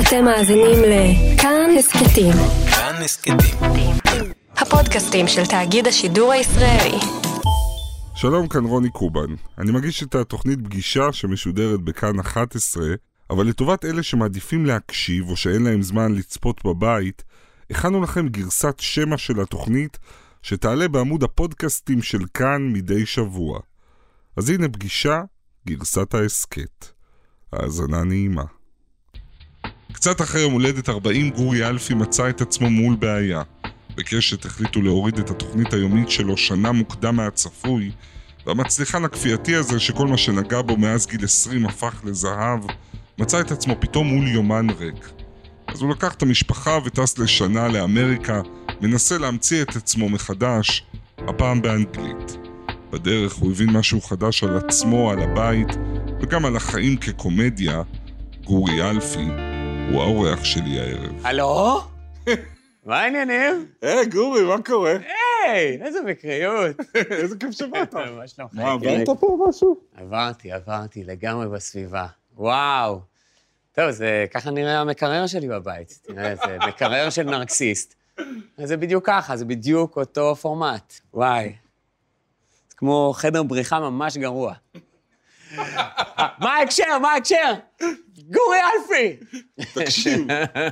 אתם מאזינים לכאן הסכתים, כאן הסכתים. הפודקאסטים של תאגיד השידור הישראלי. שלום, כאן רוני קובן. אני מגיש את התוכנית פגישה שמשודרת בכאן 11, אבל לטובת אלה שמעדיפים להקשיב או שאין להם זמן לצפות בבית, הכנו לכם גרסת שמע של התוכנית שתעלה בעמוד הפודקאסטים של כאן מדי שבוע. אז הנה פגישה, גרסת ההסכת. האזנה נעימה. קצת אחרי יום הולדת 40 גורי אלפי מצא את עצמו מול בעיה. בקשת החליטו להוריד את התוכנית היומית שלו שנה מוקדם מהצפוי, והמצליחן הכפייתי הזה שכל מה שנגע בו מאז גיל 20 הפך לזהב, מצא את עצמו פתאום מול יומן ריק. אז הוא לקח את המשפחה וטס לשנה לאמריקה, מנסה להמציא את עצמו מחדש, הפעם באנגלית. בדרך הוא הבין משהו חדש על עצמו, על הבית, וגם על החיים כקומדיה. גורי אלפי הוא האורח שלי הערב. הלו? מה העניינים? היי, גורי, מה קורה? היי, איזה מקריות. איזה כיף שבאת. מה שלומך? מה, יקירי? עברת פה משהו? עברתי, עברתי לגמרי בסביבה. וואו. טוב, זה ככה נראה המקרר שלי בבית. תראה, זה מקרר של נרקסיסט. אז זה בדיוק ככה, זה בדיוק אותו פורמט. וואי. זה כמו חדר בריחה ממש גרוע. מה ההקשר? מה ההקשר? גורי אלפי! תקשיב,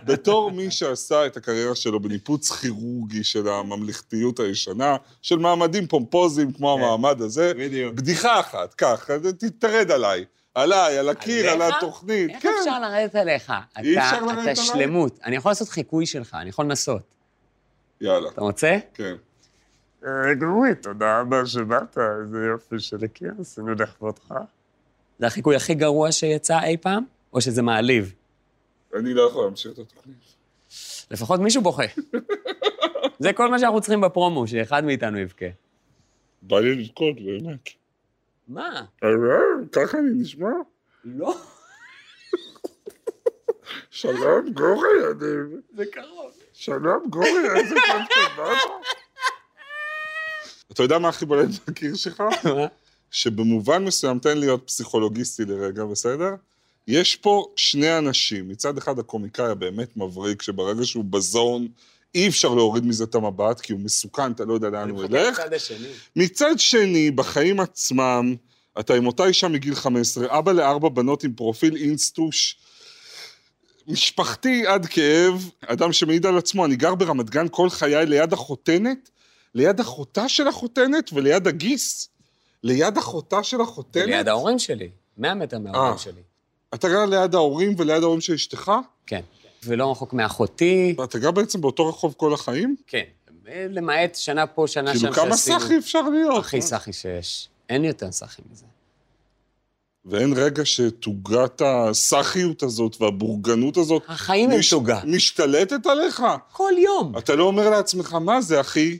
בתור מי שעשה את הקריירה שלו בניפוץ כירורגי של הממלכתיות הישנה, של מעמדים פומפוזיים כמו המעמד הזה, כן. בדיוק. בדיחה אחת, כך, אז תתרד עליי. עליי, על הקיר, על עליך? התוכנית. איך כן. אפשר לרדת עליך? אי אתה- אפשר לרדת עליי. אתה שלמות. אני יכול לעשות חיקוי שלך, אני יכול לנסות. יאללה, אתה רוצה? כן. גרוי, אה, תודה רבה שבאת, איזה יופי של הכיר, עשינו לכבודך. זה החיקוי הכי גרוע שיצא אי פעם, או שזה מעליב? אני לא יכול להמשיך את התוכנית. לפחות מישהו בוכה. זה כל מה שאנחנו צריכים בפרומו, שאחד מאיתנו יבכה. בא לי לבכות, באמת. מה? אה, ככה אני נשמע? לא, שלום, גורי, אני... זה קרוב. שלום, גורי, איזה פעם טובה. אתה יודע מה הכי בולט בקיר שלך? מה? שבמובן מסוים, תן להיות פסיכולוגיסטי לרגע, בסדר? יש פה שני אנשים. מצד אחד הקומיקאי הבאמת מבריק, שברגע שהוא בזון, אי אפשר להוריד מזה את המבט, כי הוא מסוכן, אתה לא יודע לאן הוא ילך. הצד השני. מצד שני, בחיים עצמם, אתה עם אותה אישה מגיל 15, אבא לארבע בנות עם פרופיל אינסטוש, משפחתי עד כאב, אדם שמעיד על עצמו, אני גר ברמת גן כל חיי ליד החותנת, ליד אחותה של החותנת וליד הגיס, ליד אחותה של החותנת. ליד ההורים שלי, 100 מטר אה. מההורים שלי. אתה גר ליד ההורים וליד ההורים של אשתך, כן. ולא רחוק מאחותי, ואתה גר בעצם באותו רחוב כל החיים? כן. למעט שנה פה, שנה שם כאילו, כמה שעשינו- סחי אפשר להיות? הכי סחי שיש. אין יותר סחי מזה. ואין רגע שתוגת הסאחיות הזאת והבורגנות הזאת החיים הם תוגה. משתלטת עליך. כל יום. אתה לא אומר לעצמך, מה זה, אחי?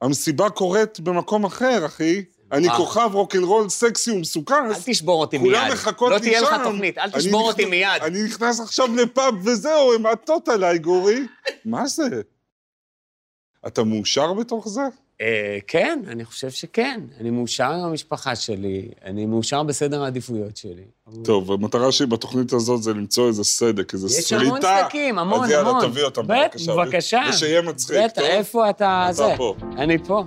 המסיבה קורית במקום אחר, אחי. אני אה. כוכב רוקנרול סקסי אל ומסוכס. תשבור אותי מיד. כולם מחכות לי לא שם. תהיה לך תוכנית, אל אני תשבור אותי נכנס- מיד. אני נכנס עכשיו לפאב וזהו, הן עטות עליי, גורי. מה זה? אתה מאושר בתוך זה? אה, כן, אני חושב שכן. אני מאושר עם המשפחה שלי, אני מאושר בסדר העדיפויות שלי. טוב, המטרה שלי בתוכנית הזאת זה למצוא איזה סדק, איזה יש סריטה. המון סדקים, המון, המון. אז יאללה, תביא אותם בט- בבקשה. בבקשה. ושיהיה מצחיק, בטח, טוב? איפה אתה? אתה זה. פה. אני פה.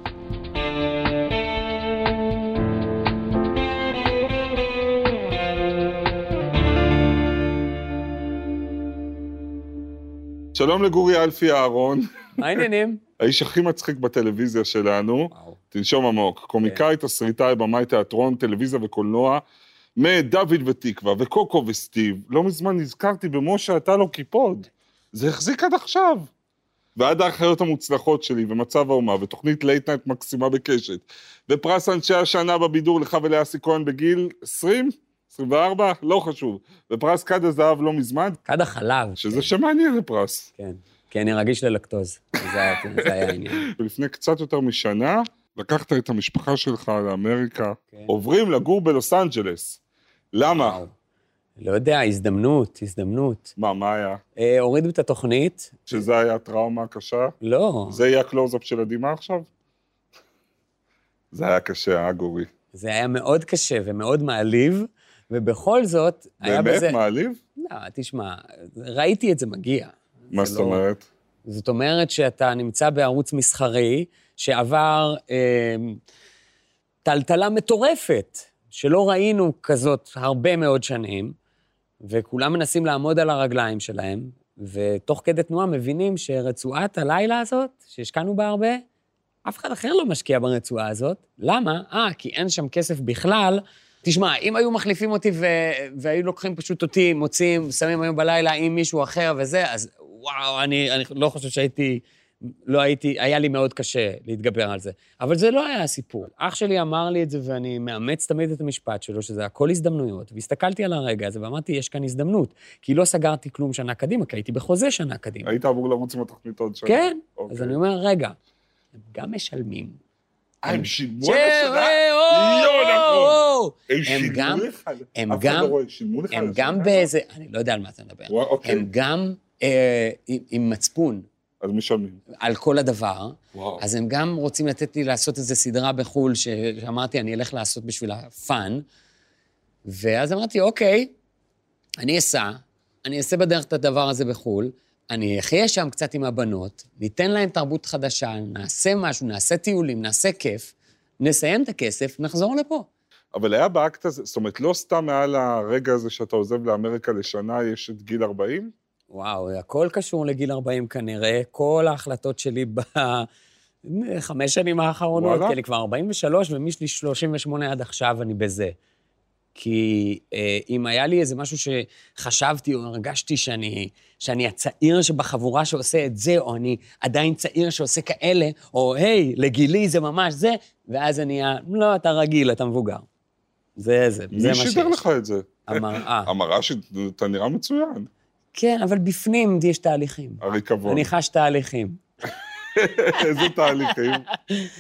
שלום לגורי אלפי אהרון, מה העניינים? האיש הכי מצחיק בטלוויזיה שלנו. וואו. תנשום עמוק. קומיקאי, תסריטאי, במאי תיאטרון, טלוויזיה וקולנוע, מדוד ותקווה וקוקו וסטיב. לא מזמן נזכרתי במשה אתה לו קיפוד. זה החזיק עד עכשיו. ועד האחיות המוצלחות שלי, ומצב האומה, ותוכנית לייט נייט מקסימה בקשת, ופרס אנשי השנה בבידור לך ולאסי כהן בגיל 20? 24? לא חשוב. ופרס כד הזהב לא מזמן, כד החלב. שזה שם מעניין לפרס. כן, כי אני רגיש ללקטוז. זה היה- זה היה העניין. ולפני קצת יותר משנה, לקחת את המשפחה שלך לאמריקה, כן. עוברים לגור בלוס אנג'לס. למה? וואו. לא יודע, הזדמנות, הזדמנות. מה, מה היה? אה, הורידו את התוכנית? שזה היה טראומה קשה? לא. זה יהיה הקלוז-אפ של הדמעה עכשיו? זה היה קשה, אה, גורי? זה היה מאוד קשה ומאוד מעליב, ובכל זאת, היה באמת? בזה... מעליב? לא, תשמע, ראיתי את זה מגיע. מה זה זאת לא- אומרת? זאת אומרת שאתה נמצא בערוץ מסחרי שעבר אה, טלטלה מטורפת, שלא ראינו כזאת הרבה מאוד שנים, וכולם מנסים לעמוד על הרגליים שלהם, ותוך כדי תנועה מבינים שרצועת הלילה הזאת, שהשקענו בה הרבה, אף אחד אחר לא משקיע ברצועה הזאת. למה? אה, כי אין שם כסף בכלל. תשמע, אם היו מחליפים אותי ו... והיו לוקחים פשוט אותי, מוצאים, שמים היום בלילה עם מישהו אחר וזה, אז וואו, אני, אני לא חושב שהייתי, לא הייתי, היה לי מאוד קשה להתגבר על זה. אבל זה לא היה הסיפור. אח שלי אמר לי את זה, ואני מאמץ תמיד את המשפט שלו, שזה הכל הזדמנויות, והסתכלתי על הרגע הזה ואמרתי, יש כאן הזדמנות. כי לא סגרתי כלום שנה קדימה, כי הייתי בחוזה שנה קדימה. היית אמור לרוץ עם התוכנית עוד שנה. כן, אז אוקיי. אני אומר, רגע, הם גם משלמים. אה, הם שילמו צ'ה, על השנה? אה, לא או, נכון. או. הם הם גם- שילמו לך? הם אף אחד גם- לא רואה, שילמו לך על הם גם השנה? באיזה, אני לא יודע על מה אתה מדבר. וואו, אוקיי. הם גם אה, עם- עם מצפון אז משלמים. על כל הדבר, וואו. אז הם גם רוצים לתת לי לעשות איזו סדרה בחו"ל, ש- שאמרתי, אני אלך לעשות בשביל הפאן. ואז אמרתי, אוקיי, אני אסע, אני אעשה בדרך את הדבר הזה בחו"ל, אני אחיה שם קצת עם הבנות, ניתן להן תרבות חדשה, נעשה משהו, נעשה טיולים, נעשה כיף, נסיים את הכסף, נחזור לפה. אבל היה באקט הזה, זאת אומרת, לא סתם מעל הרגע הזה שאתה עוזב לאמריקה לשנה, יש את גיל 40? וואו, הכל קשור לגיל 40 כנראה. כל ההחלטות שלי בחמש שנים האחרונות, וואלה? כי אני כבר 43 ומשלי 38 עד עכשיו, אני בזה. כי אה, אם היה לי איזה משהו שחשבתי או הרגשתי שאני, שאני הצעיר שבחבורה שעושה את זה, או אני עדיין צעיר שעושה כאלה, או היי, לגילי זה ממש זה, ואז אני ה... לא, אתה רגיל, אתה מבוגר. זה זה, זה מי מה שיש. אה. שידר לך את זה? המראה. המראה שאתה נראה מצוין, כן, אבל בפנים יש תהליכים. הריקבון. אני חש תהליכים. איזה תהליכים.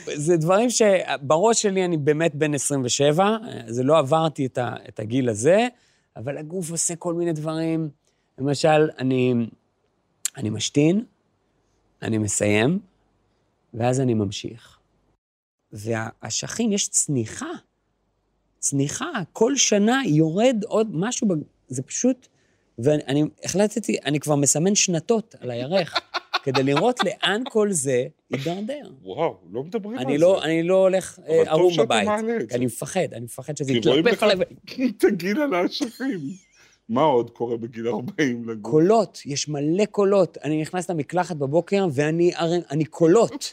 זה דברים שבראש שלי אני באמת בן 27, אה, זה לא עברתי את, ה, את הגיל הזה, אבל הגוף עושה כל מיני דברים. למשל, אני, אני משתין, אני מסיים, ואז אני ממשיך. והאשכים, יש צניחה. צניחה, כל שנה יורד עוד משהו, ב- זה פשוט... ואני אני החלטתי, אני כבר מסמן שנתות על הירך, כדי לראות לאן כל זה יידרדר. וואו, לא מדברים על זה. אני לא, אני לא הולך אה, אבל טוב ערום שאתה בבית. מעלה את כי אני מפחד, אני מפחד שזה כי רואים יתלפך לך- עליי. תגיד על האשכים. מה עוד קורה בגיל 40 לגוף? קולות, יש מלא קולות. אני נכנס למקלחת בבוקר ואני הרי- אני קולות.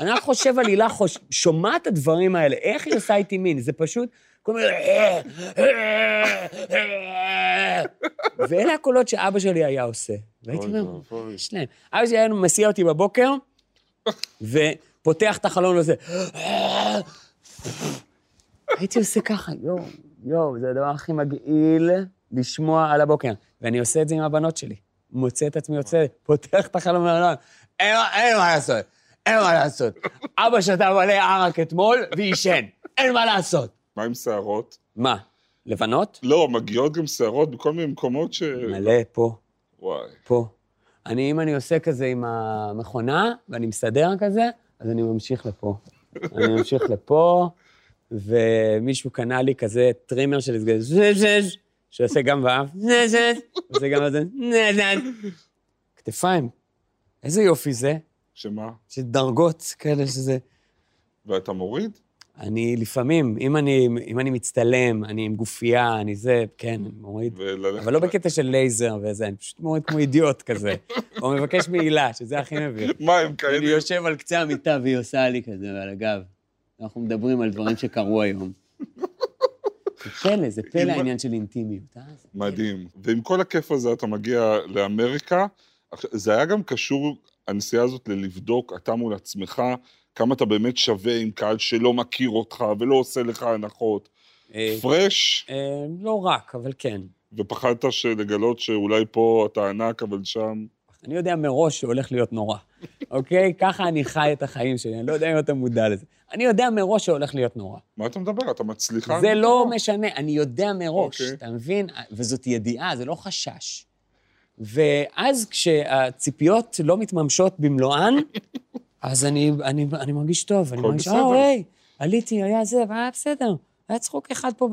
אני רק חושב על הילה, חוש... שומעת את הדברים האלה, איך היא עושה איתי מין? זה פשוט... כל מיני... ואלה הקולות שאבא שלי היה עושה. והייתי אוי אומר, ואבוי. יש להם. אבא שלי היה מסיע אותי בבוקר, ופותח את החלון וזה... הייתי עושה ככה, יואו, יואו, זה הדבר הכי מגעיל לשמוע על הבוקר. ואני עושה את זה עם הבנות שלי. מוצא את עצמי יוצא, פותח את החלום מהעולם, אין מה- אין מה לעשות, אין מה לעשות. אבא שתה מלא ערק אתמול ועישן, אין מה לעשות. מה עם שערות? מה, לבנות? לא, מגיעות גם שערות בכל מיני מקומות ש... מלא פה. וואי. פה. אני, אם אני עושה כזה עם המכונה, ואני מסדר כזה, אז אני ממשיך לפה. אני ממשיך לפה, ומישהו קנה לי כזה טרימר של איזה זזז, שעושה גם באף, זזז, עושה גם באוזן, זזז. כתפיים. איזה יופי זה, שמה? שדרגות כאלה שזה... ואתה מוריד? אני לפעמים, אם אני, אם אני מצטלם, אני עם גופייה, אני זה, כן, אני מוריד. וללכת... אבל לא בקטע של לייזר וזה, אני פשוט מוריד כמו אידיוט כזה. או מבקש מעילה, שזה הכי מביך. מה, הם לא- אני כאלה? יושב על קצה המיטה והיא עושה לי כזה על הגב. אנחנו מדברים על דברים שקרו היום. זה פלא, זה פלא העניין של אינטימיות, אה? זה פלא. מדהים. ועם כל הכיף הזה אתה מגיע לאמריקה. עכשיו, זה היה גם קשור, הנסיעה הזאת, ללבדוק אתה מול עצמך, כמה אתה באמת שווה עם קהל שלא מכיר אותך ולא עושה לך הנחות. אה, פרש, אה, לא רק, אבל כן. ופחדת לגלות שאולי פה אתה ענק, אבל שם... אני יודע מראש שהולך להיות נורא, אוקיי? ככה אני חי את החיים שלי, אני לא יודע אם אתה מודע לזה. אני יודע מראש שהולך להיות נורא. מה אתה מדבר? אתה מצליחה? זה לא משנה, אני יודע מראש, נכון. אוקיי. אתה מבין? וזאת ידיעה, זה לא חשש. ואז כשהציפיות לא מתממשות במלואן, אז אני, אני, אני מרגיש טוב, אני הכל מרגיש, בסדר." אה, היי, עליתי, היה זה, והיה בסדר, היה צחוק אחד פה ב...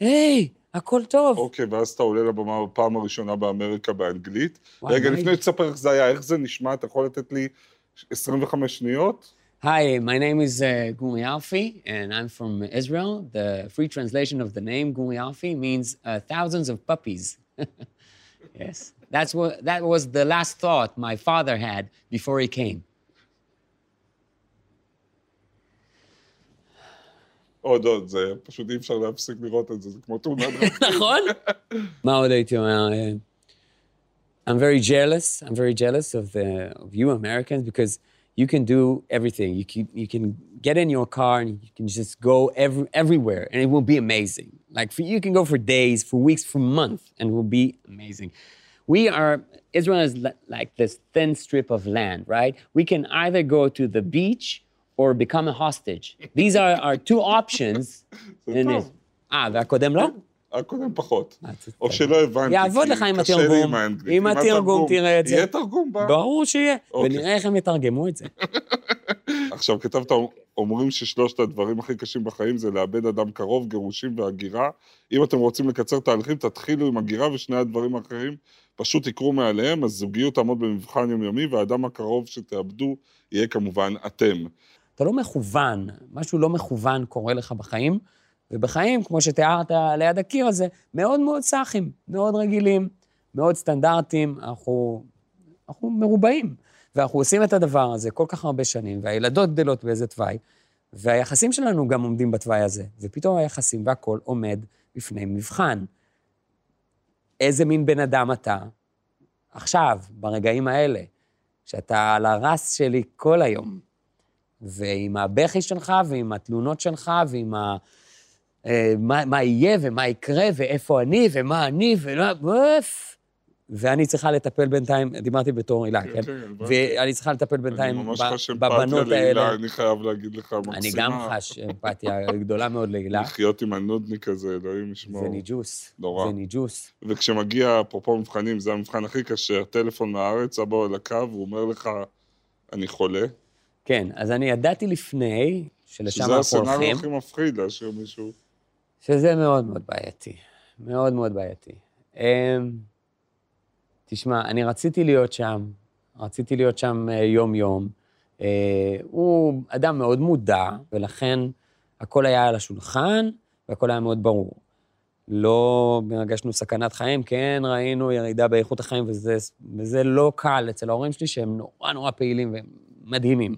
היי, הכל טוב. אוקיי, ואז אתה עולה לבמה בפעם הראשונה באמריקה באנגלית. וואי, רגע, מה לפני היא? שתספר איך זה היה, איך זה נשמע, אתה יכול לתת לי 25 שניות? Hi, my name is uh, Gumi Alfi, and I'm from Israel. The free translation of the name Gumi Alfi means uh, thousands of puppies. yes, that's what that was the last thought my father had before he came. עוד עוד, זה פשוט אי אפשר להפסיק לראות את זה, זה כמו תאונת דרכים. מה עוד הייתי אומר? אה, I'm very jealous. I'm very jealous of the of you Americans because you can do everything. You can you can get in your car and you can just go every, everywhere and it will be amazing. Like for you can go for days, for weeks, for months, and it will be amazing. We are Israel is li- like this thin strip of land, right? We can either go to the beach or become a hostage. These are our two options. in טוב. Israel. אה, ah, והקודם לא? הקודם פחות. צודק. או שלא הבנתי, אה, יעבוד כי לך עם קשה לי התרגום. עם האנגלית. עם התרגום תראה את זה. יהיה תרגום בה. ברור שיהיה, אוקיי. ונראה איך הם יתרגמו את זה. עכשיו, כתבת, אומרים ששלושת הדברים הכי קשים בחיים זה לאבד אדם קרוב, גירושים והגירה. אם אתם רוצים לקצר תהליכים, תתחילו עם הגירה ושני הדברים האחרים פשוט יקרו מעליהם, אז זוגיות תעמוד במבחן יומיומי, והאדם הקרוב שתאבדו יהיה כמובן אתם. אתה לא מכוון, משהו לא מכוון קורה לך בחיים, ובחיים, כמו שתיארת ליד הקיר הזה, מאוד מאוד סאחים, מאוד רגילים, מאוד סטנדרטים, אנחנו, אנחנו מרובעים. ואנחנו עושים את הדבר הזה כל כך הרבה שנים, והילדות גדלות באיזה תוואי, והיחסים שלנו גם עומדים בתוואי הזה, ופתאום היחסים והכול עומד בפני מבחן. איזה מין בן אדם אתה עכשיו, ברגעים האלה, שאתה על הרס שלי כל היום. ועם הבכי שלך, ועם התלונות שלך, ועם ה... אה, מה, מה יהיה, ומה יקרה, ואיפה אני, ומה אני, ולא... אוף. ואני צריכה לטפל בינתיים, דיברתי בתור הילה, כן? כן, הבנתי. ואני צריכה לטפל בינתיים אני ממש ב- חש אמפתיה בבנות האלה. להילה, אני חייב להגיד לך, מקסימה. אני גם חש אמפתיה גדולה מאוד להילה. לחיות עם הנודניק הזה, אלוהים ישמור. זה ניג'וס. נורא. זה ניג'וס. וכשמגיע, אפרופו מבחנים, זה המבחן הכי קשה, טלפון מהארץ, אבא על הקו, הוא אומר לך, אני חולה. כן, אז אני ידעתי לפני שלשם שזה אנחנו הסצנריו הולכים, הכי מפחיד להשאיר מישהו. שזה מאוד מאוד בעייתי. מאוד מאוד בעייתי. אמ, תשמע, אני רציתי להיות שם, רציתי להיות שם אה, יום-יום. אה, הוא אדם מאוד מודע, ולכן הכל היה על השולחן, והכל היה מאוד ברור. לא הרגשנו סכנת חיים, כן ראינו ירידה באיכות החיים, וזה, וזה לא קל אצל ההורים שלי, שהם נורא נורא פעילים והם מדהימים.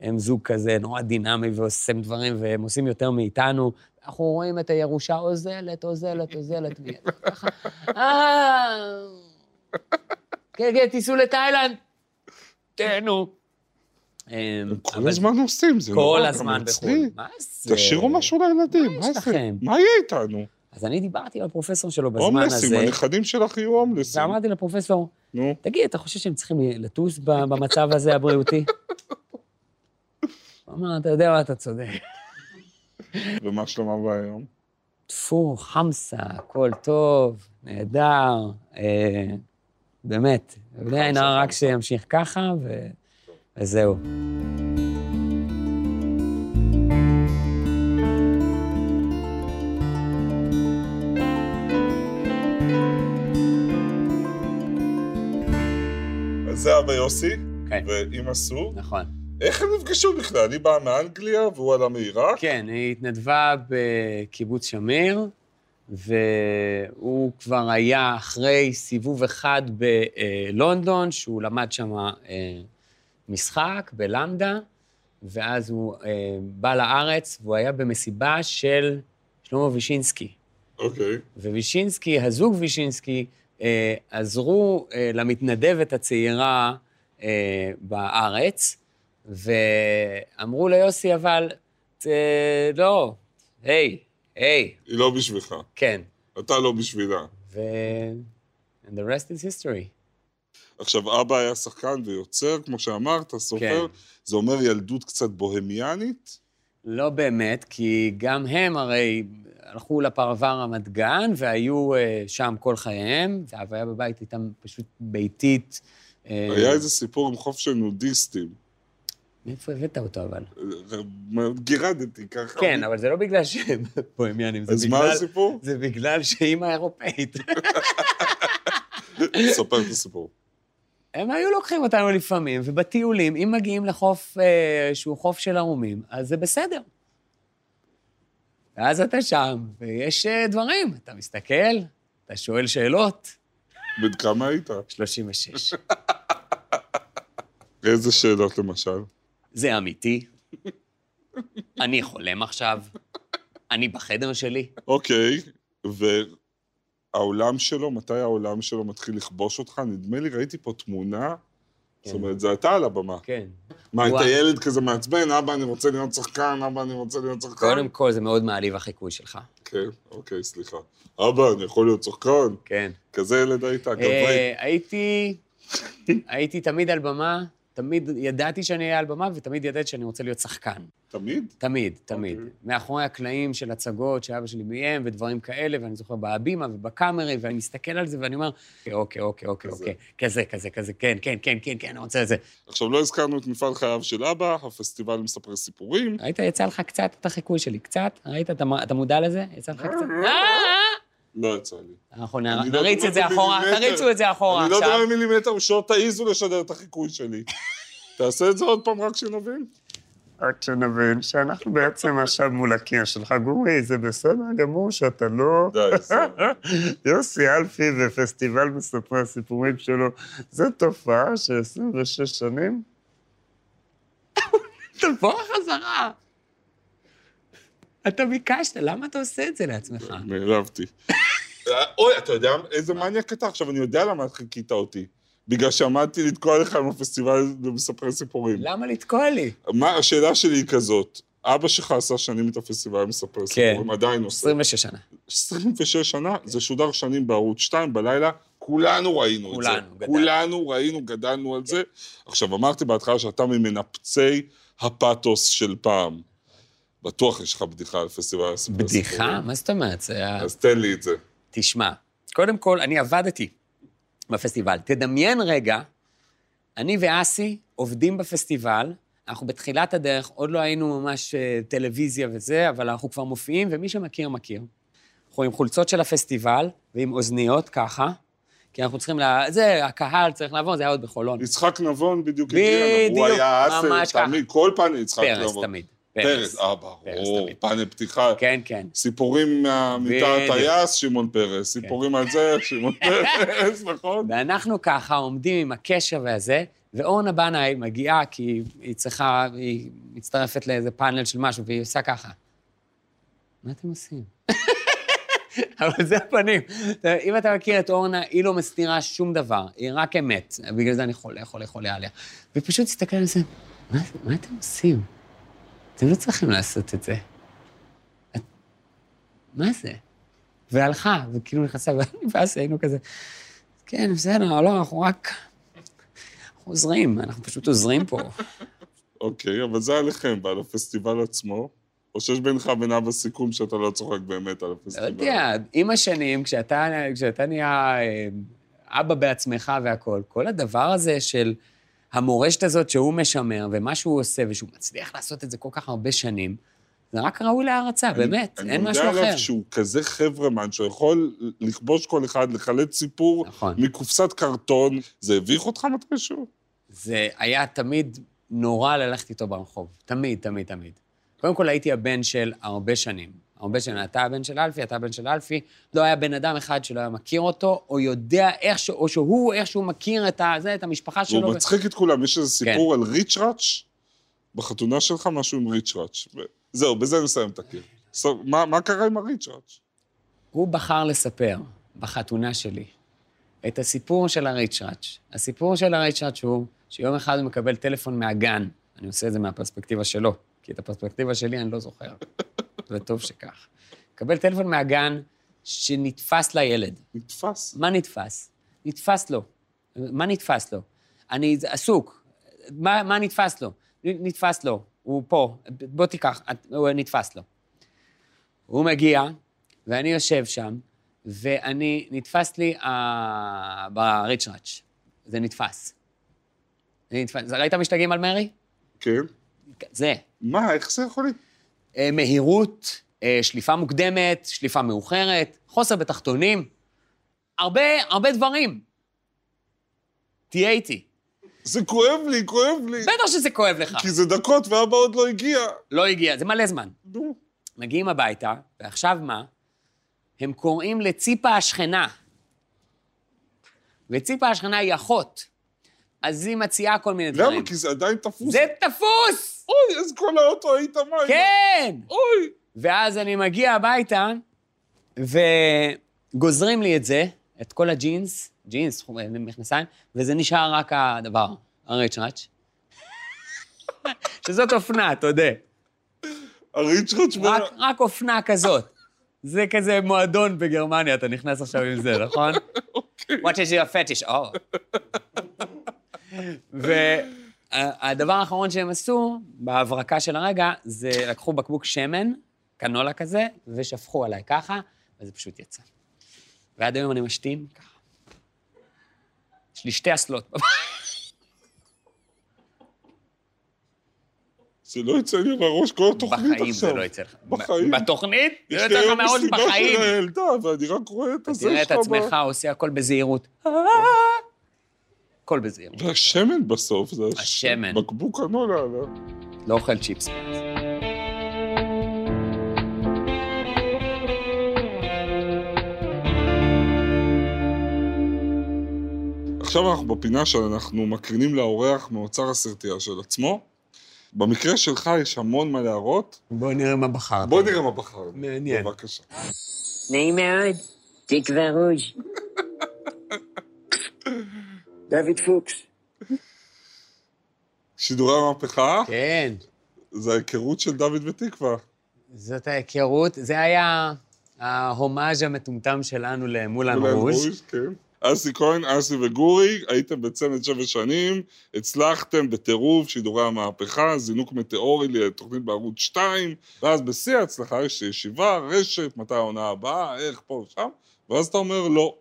הם זוג כזה נורא דינמי ועושים דברים, והם עושים יותר מאיתנו. אנחנו רואים את הירושה אוזלת, אוזלת, אוזלת, מיד ככה, אה, כן, כן, תיסעו לתאילנד, תהנו. אמ, כל אבל הזמן עושים, זה נורא כל גם הזמן אצלי. בחו"ל. מה זה? תשאירו משהו לילדים, מה מה יש זה? לכם? מה יהיה איתנו? אז אני דיברתי עם הפרופסור שלו בזמן הומלסים, הזה, הנכדים שלך יהיו הומלסים. ואמרתי לפרופסור, נו, תגיד, אתה חושב שהם צריכים לטוס ב- במצב הזה הבריאותי? הוא אמר, אתה יודע מה, אתה צודק. ומה שלומם והיום? טפו, חמסה, הכל טוב, נהדר, אה, באמת. בלי עין הרע, רק שימשיך ככה, ו- וזהו. אז זה אבא יוסי, כן. ואימא סור. נכון. איך הם נפגשו בכלל? היא באה מאנגליה והוא עלה מעיראק? כן, היא התנדבה בקיבוץ שמיר, והוא כבר היה אחרי סיבוב אחד בלונדון, שהוא למד שם אה, משחק בלמדה, ואז הוא אה, בא לארץ, והוא היה במסיבה של שלמה וישינסקי. אוקיי. ווישינסקי, הזוג וישינסקי, אה, עזרו אה, למתנדבת הצעירה אה, בארץ, ואמרו ליוסי, אבל, ת- לא, היי, היי, היא לא בשבילך. כן. אתה לא בשבילה. ו... And the rest is history. עכשיו, אבא היה שחקן ויוצר, כמו שאמרת, סופר. כן. זה אומר ילדות קצת בוהמיאנית? לא באמת, כי גם הם הרי הלכו לפרבר רמת גן והיו אה, שם כל חייהם, ואב היה בבית איתם פשוט ביתית. אה, היה איזה סיפור עם חוף של נודיסטים. מאיפה הבאת אותו אבל? גירדתי ככה. כן, אבל זה לא בגלל שהם בוהמיאנים, זה אז מה בגלל- הסיפור? זה בגלל שאימא אירופאית. ספר את הסיפור. הם היו לוקחים אותנו לפעמים, ובטיולים, אם מגיעים לחוף אה, שהוא חוף של ערומים, אז זה בסדר. ואז אתה שם, ויש אה, דברים. אתה מסתכל, אתה שואל שאלות, בן כמה היית? 36. איזה שאלות למשל? זה אמיתי? אני חולם עכשיו? אני בחדר שלי? אוקיי, והעולם שלו, מתי העולם שלו מתחיל לכבוש אותך? נדמה לי, ראיתי פה תמונה, זאת אומרת, זה אתה על הבמה. כן. מה, וואו. היית ילד כזה מעצבן, אבא, אני רוצה להיות שחקן, אבא, אני רוצה להיות שחקן? קודם כל, זה מאוד מעליב החיקוי שלך. כן, אוקיי, סליחה. אבא, אני יכול להיות שחקן? כן. כזה ילד היית, גברי. אה, הייתי, הייתי תמיד על במה, תמיד ידעתי שאני אהיה על במה, ותמיד ידעתי שאני רוצה להיות שחקן. תמיד? תמיד, תמיד. אוקיי. מאחורי הקלעים של הצגות שאבא שלי ביים, ודברים כאלה, ואני זוכר בהבימה ובקאמרי, ואני מסתכל על זה ואני אומר, אוקיי, אוקיי, אוקיי, כזה. אוקיי, כזה, כזה, כזה, כן, כן, כן, כן, כן, אני רוצה את זה. עכשיו, לא הזכרנו את מפעל חייו של אבא, הפסטיבל מספר סיפורים. ראית, יצא לך קצת את החיקוי שלי, קצת? ראית, אתה מ- אתה מודע לזה? יצא לך קצת? אה! לא יצא לי. אנחנו נ- אני לא נריץ דומה את זה אחורה, במילימטר. תריצו את זה אחורה אני לא עכשיו. יודע מילימטר, שלא תעיזו לשדר את החיקוי שלי. תעשה את זה עוד פעם, רק שנבין. רק שנבין שאנחנו בעצם עכשיו מול הקיר שלך. גורי, זה בסדר גמור שאתה לא... די, זה... יוסי אלפי ופסטיבל מספרי הסיפורים שלו, זו תופעה של 26 שנים? תבוא חזרה. אתה ביקשת, למה אתה עושה את זה לעצמך? נעלבתי. אוי, אתה יודע איזה מניאק אתה? עכשיו, אני יודע למה חיכית אותי. בגלל שעמדתי לתקוע לך עם הפסטיבל ומספרי סיפורים. למה לתקוע לי? מה, השאלה שלי היא כזאת, אבא שלך עשה שנים את הפסטיבל מספר כן. סיפורים, עדיין עושה. 26 שנה. 26 שנה, זה שודר שנים בערוץ 2 בלילה, כולנו ראינו את זה. כולנו, גדלנו. כולנו ראינו, גדלנו על זה. עכשיו, אמרתי בהתחלה שאתה ממנפצי הפאתוס של פעם. בטוח יש לך בדיחה על פסטיבל הספר בדיחה? מה זאת אומרת? זה היה- אז תן לי את זה. תשמע, קודם כל, אני עבדתי בפסטיבל. תדמיין רגע, אני ואסי עובדים בפסטיבל, אנחנו בתחילת הדרך, עוד לא היינו ממש אה, טלוויזיה וזה, אבל אנחנו כבר מופיעים, ומי שמכיר, מכיר. אנחנו עם חולצות של הפסטיבל, ועם אוזניות ככה, כי אנחנו צריכים ל... זה, הקהל צריך לעבור, זה היה עוד בחולון. יצחק נבון בדיוק בדיוק, הגיע לנו, הוא היה ממש אסל, ככה. תמיד, כל פאנל יצחק פרס נבון. תמיד. לא פרס, אה, ברור, תמיד. פאנל פתיחה. כן, כן. סיפורים מהמיטה בדיוק. כן. הטייס, שמעון פרס. סיפורים על זה, שמעון פרס, נכון? ואנחנו ככה עומדים עם הקשע והזה, ואורנה בנאי מגיעה כי היא צריכה, היא מצטרפת לאיזה פאנל של משהו, והיא עושה ככה. מה אתם עושים? אבל זה הפנים. אתה- אם אתה מכיר את אורנה, היא לא מסתירה שום דבר, היא רק אמת. בגלל זה אני חולה, חולה, חולה עליה. ופשוט תסתכל על זה, מה, מה אתם עושים? אתם לא צריכים לעשות את זה. את- מה זה? והלכה, וכאילו נכנסה, ואני ואז היינו כזה, כן, בסדר, לא, אנחנו רק... אנחנו עוזרים, אנחנו פשוט עוזרים פה. אוקיי, אבל זה עליכם ועל הפסטיבל עצמו, או שיש בינך ובין אבא סיכום שאתה לא צוחק באמת על לא הפסטיבל. יודע, עם השנים, כשאתה, כשאתה נהיה אה, אבא בעצמך והכול, כל הדבר הזה של המורשת הזאת שהוא משמר, ומה שהוא עושה, ושהוא מצליח לעשות את זה כל כך הרבה שנים, זה רק ראוי להערצה, באמת, אין משהו אני יודע אחר. עליו שהוא כזה חברמן, שיכול לכבוש כל אחד, לחלץ סיפור נכון. מקופסת קרטון. זה הביך אותך מתישהו? זה היה תמיד נורא ללכת איתו ברחוב. תמיד, תמיד, תמיד. קודם כל, הייתי הבן של הרבה שנים. הרבה שנים. אתה הבן של אלפי, אתה הבן של אלפי. לא היה בן אדם אחד שלא היה מכיר אותו, או יודע איך ש... או שהוא איכשהו מכיר את, ה... זה, את המשפחה שלו. והוא ו- מצחיק את כולם, יש איזה כן. סיפור על ריץ' ראץ'? בחתונה שלך משהו עם ריץ' ראץ'. ו- זהו, בזה נסיים את הקיר. סו- מה מה קרה עם הריץ' ראץ'? הוא בחר לספר, בחתונה שלי, את הסיפור של הריצ'ראץ'. הסיפור של הריצ'ראץ' הוא שיום אחד הוא מקבל טלפון מהגן. אני עושה את זה מהפרספקטיבה שלו, כי את הפרספקטיבה שלי אני לא זוכר, וטוב שכך. מקבל טלפון מהגן שנתפס לילד. נתפס. מה נתפס? נתפס לו. מה נתפס לו? אני עסוק. מה, מה נתפס לו? נ- נתפס לו. הוא פה, בוא תיקח, את- הוא נתפס לו. הוא מגיע, ואני יושב שם, ואני, נתפס לי אה, ה... בריצ'ראץ'. זה נתפס. זה נתפס. ראית משתגעים על מרי? כן? זה. מה, איך זה יכול להיות? אה, מהירות, אה, שליפה מוקדמת, שליפה מאוחרת, חוסר בתחתונים, הרבה, הרבה דברים. תהיה איתי. זה כואב לי, כואב לי. בטח שזה כואב לך. כי זה דקות ואבא עוד לא הגיע. לא הגיע, זה מלא זמן. נו. מגיעים הביתה, ועכשיו מה? הם קוראים לציפה השכנה. וציפה השכנה היא אחות. אז היא מציעה כל מיני דברים. למה? כי זה עדיין תפוס. זה תפוס! אוי, אז כל האוטו היית מים. כן! אוי. ואז אני מגיע הביתה, וגוזרים לי את זה, את כל הג'ינס, ג'ינס, חו- אה, מכנסיים, וזה נשאר רק הדבר, הרצ'רץ'. שזאת אופנה, תודה. הריצ'רד שמונה. רק, רק אופנה כזאת. זה כזה מועדון בגרמניה, אתה נכנס עכשיו עם זה, נכון? אוקיי. What is your fetish? Oh. והדבר האחרון שהם עשו, בהברקה של הרגע, זה לקחו בקבוק שמן, קנולה כזה, ושפכו עליי ככה, וזה פשוט יצא. ועד היום אני משתין ככה. יש לי שתי אסלות בבית. זה לא יצא לי מהראש כל התוכנית עכשיו. בחיים זה לא יצא לך. בחיים. בתוכנית? זה יש לא לי יצא לך היום מהראש מסיבה בחיים. של הילדה, ואני רק רואה את הזה תראה את שלך ב- עצמך עושה הכל בזהירות. הכל בזהירות. והשמן בסוף, זה הש- השמן. בקבוק הנולה עליו. לא אוכל צ'יפס. עכשיו אנחנו בפינה שאנחנו מקרינים לאורח מאוצר הסרטייה של עצמו. במקרה שלך יש המון מה להראות, בוא נראה מה בחרת. בוא נראה מה בחרנו. מעניין. בבקשה. נעים מאוד, תקווה רוז'. דוד פוקס. שידורי המהפכה, כן, זה ההיכרות של דוד ותקווה. זאת ההיכרות, זה היה ההומאז' המטומטם שלנו למולן אולי רוז'. רוז', כן. אסי כהן, אסי וגורי, הייתם בצמד שבע שנים, הצלחתם בטירוף, שידורי המהפכה, זינוק מטאורי לתוכנית בערוץ 2, ואז בשיא ההצלחה יש ישיבה, רשת, מתי העונה הבאה, איך, פה, שם, ואז אתה אומר לא.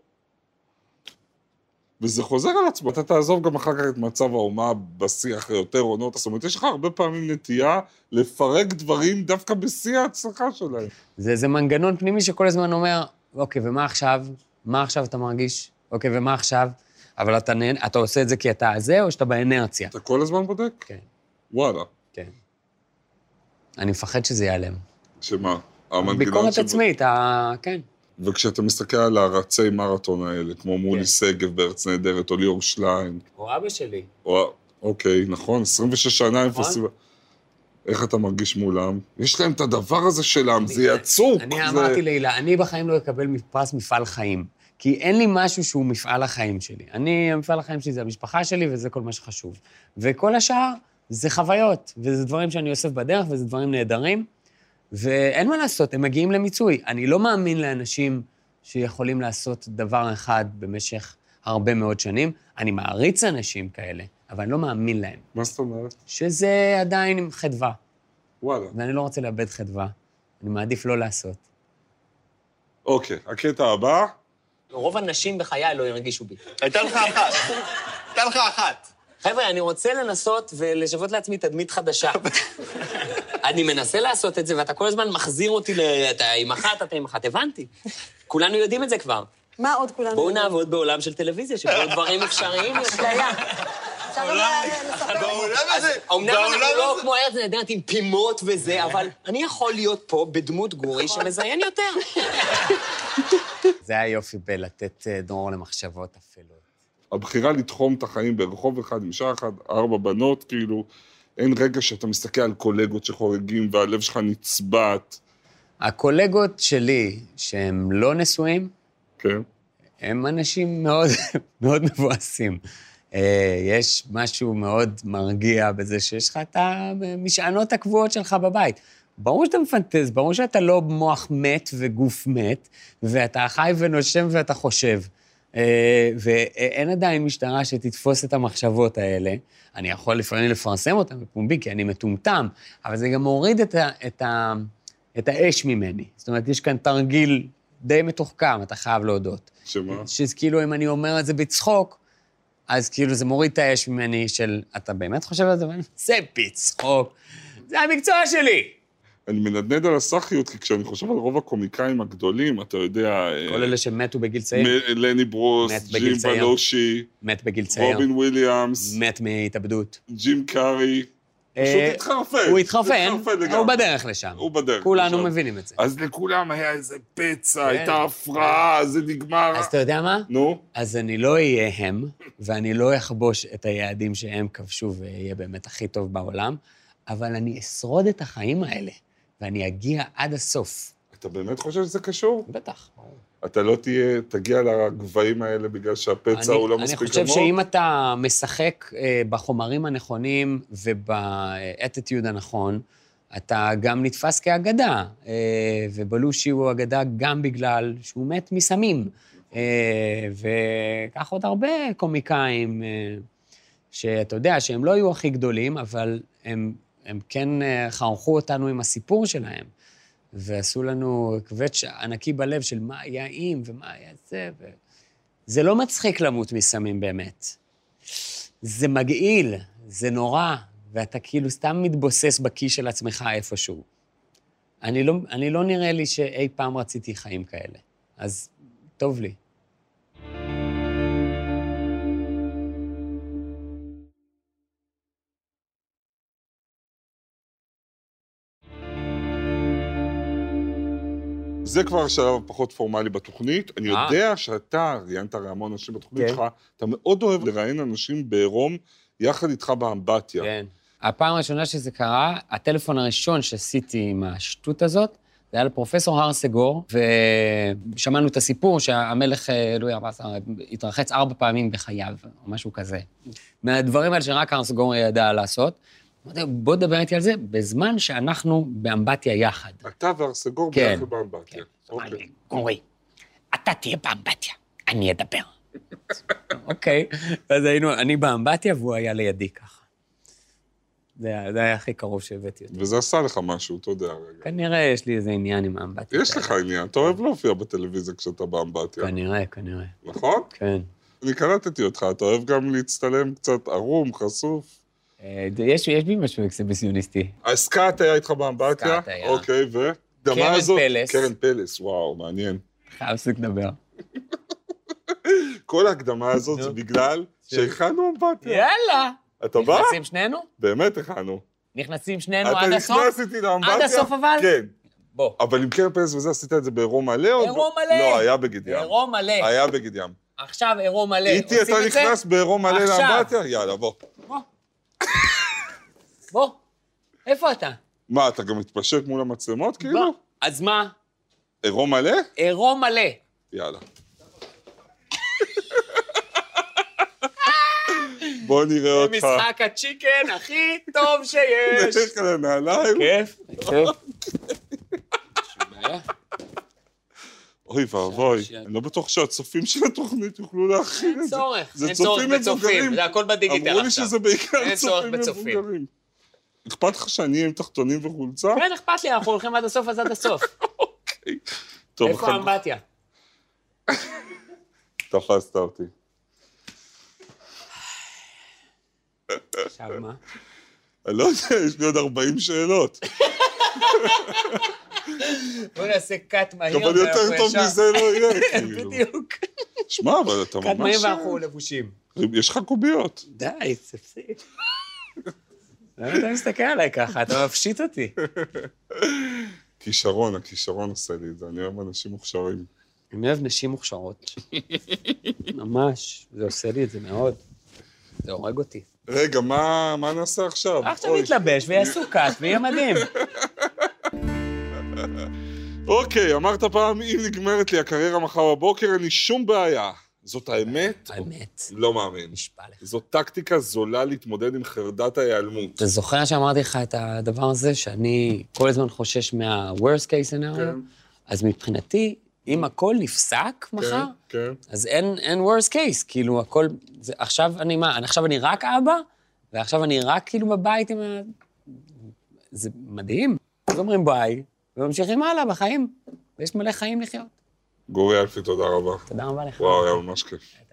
וזה חוזר על עצמו, אתה תעזוב גם אחר כך את מצב האומה בשיא אחרי יותר עונות, זאת אומרת, יש לך הרבה פעמים נטייה לפרק דברים דווקא בשיא ההצלחה שלהם. זה איזה מנגנון פנימי שכל הזמן אומר, אוקיי, ומה עכשיו? מה עכשיו אתה מרגיש? אוקיי, ומה עכשיו? אבל אתה, נהנ- אתה עושה את זה כי אתה זה, או שאתה באנרציה? אתה כל הזמן בודק? כן, וואלה. כן. אני מפחד שזה ייעלם. שמה? המנגנון ביקורת שבודק? עצמית, ה- כן. וכשאתה מסתכל על הרצי מרתון האלה, כמו מולי כן. שגב בארץ נהדרת, או ליאור שליין, או אבא שלי. או... אוקיי, נכון, 26 שנה הם נכון. פסטיבל. איך אתה מרגיש מולם? יש להם את הדבר הזה שלהם, זה יצוק. אני זה- אמרתי להילה, אני בחיים לא אקבל פרס מפעל חיים, כי אין לי משהו שהוא מפעל החיים שלי. אני, המפעל החיים שלי זה המשפחה שלי וזה כל מה שחשוב. וכל השאר זה חוויות, וזה דברים שאני אוסף בדרך, וזה דברים נהדרים, ואין מה לעשות, הם מגיעים למיצוי. אני לא מאמין לאנשים שיכולים לעשות דבר אחד במשך הרבה מאוד שנים. אני מעריץ אנשים כאלה, אבל אני לא מאמין להם, מה זאת אומרת? שזה עדיין עם חדווה. וואלה. ואני לא רוצה לאבד חדווה. אני מעדיף לא לעשות. אוקיי, הקטע הבא, רוב הנשים בחיי לא הרגישו בי. הייתה לך אחת. הייתה לך אחת. חבר'ה, אני רוצה לנסות ולשוות לעצמי תדמית חדשה. אני מנסה לעשות את זה, ואתה כל הזמן מחזיר אותי ל... אתה עם אחת, אתה עם אחת. הבנתי. כולנו יודעים את זה כבר. מה עוד כולנו? בואו נעבוד בעולם של טלוויזיה, שבו דברים אפשריים יותר. אפשר גם ל- לספר לנו. בעולם הזה, אמנם אנחנו בעולם לא הזה. כמו ארץ נהדרת עם פימות וזה, אבל אני יכול להיות פה בדמות גורי שמזיין יותר. זה היה יופי בלתת אה, דרור למחשבות אפלות. הבחירה לתחום את החיים ברחוב אחד, עם אישה אחת, ארבע בנות, כאילו, אין רגע שאתה מסתכל על קולגות שחורגים והלב שלך נצבט, הקולגות שלי, שהם לא נשואים, כן? הם אנשים מאוד, מאוד מבואסים. אה, יש משהו מאוד מרגיע בזה שיש לך את המשענות הקבועות שלך בבית. ברור שאתה מפנטז, ברור שאתה לא מוח מת וגוף מת, ואתה חי ונושם ואתה חושב. אה, ואין עדיין משטרה שתתפוס את המחשבות האלה. אני יכול לפעמים לפרסם אותן בפומבי, כי אני מטומטם, אבל זה גם מוריד את, ה, את, ה, את האש ממני. זאת אומרת, יש כאן תרגיל די מתוחכם, אתה חייב להודות. שמה? כאילו, שכאילו, אם אני אומר את זה בצחוק, אז כאילו זה מוריד את האש ממני של, אתה באמת חושב על זה? ואני, זה בצחוק, זה המקצוע שלי. אני מנדנד על הסאחיות, כי כשאני חושב על רוב הקומיקאים הגדולים, אתה יודע... אה, כל אלה שמתו בגיל צעיר, מ- לני ברוס, מת בגיל ג'ים צעיר. בלושי, מת בגיל צעיר, רובין וויליאמס, מת מהתאבדות. ג'ים קארי. פשוט אה, התחרפן. הוא התחרפן, לגמרי. הוא בדרך לשם. הוא בדרך. כולנו למשל. מבינים את זה. אז לכולם היה איזה פצע, כן. הייתה הפרעה, זה נגמר. אז אתה יודע מה? נו, אז אני לא אהיה הם, ואני לא אחבוש את היעדים שהם כבשו ואהיה באמת הכי טוב בעולם, אבל אני אשרוד את החיים האלה, ואני אגיע עד הסוף. אתה באמת חושב שזה קשור? בטח. אתה לא תהיה, תגיע לגבהים האלה בגלל שהפצע אני- הוא לא מספיק אני עמוק? חושב שאם אתה משחק אה, בחומרים הנכונים ובאטיטיוד הנכון, אתה גם נתפס כאגדה, אה, ובלושי הוא אגדה גם בגלל שהוא מת מסמים. אה, וכך עוד הרבה קומיקאים, אה, שאתה יודע, שהם לא היו הכי גדולים, אבל הם, הם כן אה, חנכו אותנו עם הסיפור שלהם. ועשו לנו קווץ' ענקי בלב של מה היה אם ומה היה זה. ו... זה לא מצחיק למות מסמים באמת. זה מגעיל, זה נורא, ואתה כאילו סתם מתבוסס בכיס של עצמך איפשהו. אני לא, אני לא נראה לי שאי פעם רציתי חיים כאלה, אז טוב לי. זה כבר השלב הפחות פורמלי בתוכנית. אני אה. יודע שאתה ראיינת הרי המון אנשים בתוכנית כן. שלך, אתה מאוד אוהב לראיין אנשים בעירום יחד איתך באמבטיה. כן. הפעם הראשונה שזה קרה, הטלפון הראשון שעשיתי עם השטות הזאת, זה היה לפרופסור הר סגור, ושמענו את הסיפור שהמלך אה, לואי ארבע עשר התרחץ ארבע פעמים בחייו, או משהו כזה. מהדברים האלה שרק הר סגור ידע לעשות. אמרתי לו, בוא תדבר איתי על זה בזמן שאנחנו באמבטיה יחד. אתה והרסגור כן. ביחד באמבטיה. אוקיי. אמרתי, גורי, אתה תהיה באמבטיה, אני אדבר. אוקיי. אז היינו, אני באמבטיה והוא היה לידי ככה. זה היה- זה היה הכי קרוב שהבאתי אותו. וזה עשה לך משהו, אתה יודע רגע. כנראה יש לי איזה עניין עם האמבטיה. יש לך עניין, אתה אוהב להופיע בטלוויזיה כשאתה באמבטיה, כנראה, כנראה, נכון? כן. אני קלטתי אותך, אתה אוהב גם להצטלם קצת ערום, חשוף. אה, יש יש בי משהו אקסיביציוניסטי. הסקאט היה איתך באמבטיה? הסקאט היה. אוקיי, ו? דמה קרן הזאת- פלס. קרן פלס, וואו, מעניין. חייב להפסיק לדבר. כל ההקדמה הזאת זה בגלל שהכנו אמבטיה. יאללה! אתה בא? נכנסים שנינו? באמת הכנו. נכנסים שנינו אתה עד הסוף? נכנס איתי לאמבטיה? עד הסוף אבל? כן. בוא. אבל עם קרן פלס וזה עשית את זה בעירום מלא? או ב- עירום מלא. לא, היה בגד ים. עירום מלא. היה בגד ים. עכשיו עירום מלא. איתי אתה עושים את זה? נכנס בעירום מלא עכשיו. לאמבטיה? יאללה, בוא. בוא, איפה אתה? מה, אתה גם מתפשט מול המצלמות כאילו? בוא. אז מה? עירום מלא? עירום מלא. יאללה. בוא נראה אותך. משחק הצ'יקן הכי טוב שיש. נלך על הנעליים. כיף, כיף. אוי ואבוי, אני לא בטוח שהצופים של התוכנית יוכלו להכין אין את זה. צורך, זה אין צורך צופים מבוגרים. בצופים, זה הכל בדיגיטל אמרו לי עכשיו. שזה בעיקר אין צורך צופים בצופים. מבוגרים. אכפת לך שאני אהיה עם תחתונים וחולצה? כן, אכפת לי, אנחנו הולכים עד הסוף, אז עד הסוף. טוב, איפה אחד- האמבטיה? תפסת אותי. עכשיו מה? אני לא יודע, יש לי עוד 40 שאלות. בוא נעשה קאט מהיר אבל ואנחנו יותר טוב ישר- מזה לא יהיה, כאילו. בדיוק. שמע, אבל אתה קאט מהיר ממש... ואנחנו לבושים. יש לך קוביות. די, תפסיק. למה אתה מסתכל עליי ככה? אתה מפשיט אותי. כישרון, הכישרון עושה לי את זה, אני אוהב אנשים מוכשרים. אני אוהב נשים מוכשרות. ממש, זה עושה לי את זה מאוד. זה הורג אותי. רגע, מה, מה נעשה עכשיו? אה, עכשיו אוי. נתלבש ויעשו קאט ויהיה מדהים. אוקיי, אמרת פעם, אם נגמרת לי הקריירה מחר בבוקר, אין לי שום בעיה. זאת האמת? האמת, לא מאמין. נשבע לך. זאת טקטיקה זולה להתמודד עם חרדת ההיעלמות. אתה זוכר שאמרתי לך את הדבר הזה, שאני כל הזמן חושש מה-Worst case scenario? כן. אז מבחינתי, אם הכל נפסק מחר, כן. אז אין, אין worst case, כאילו הכל, זה, עכשיו אני מה, אני- עכשיו אני רק אבא, ועכשיו אני רק כאילו בבית עם ה... זה מדהים. אז אומרים ביי, וממשיכים הלאה בחיים. ויש מלא חיים לחיות. גורי אלפי, תודה רבה. תודה רבה לך. וואו, היה ממש כיף.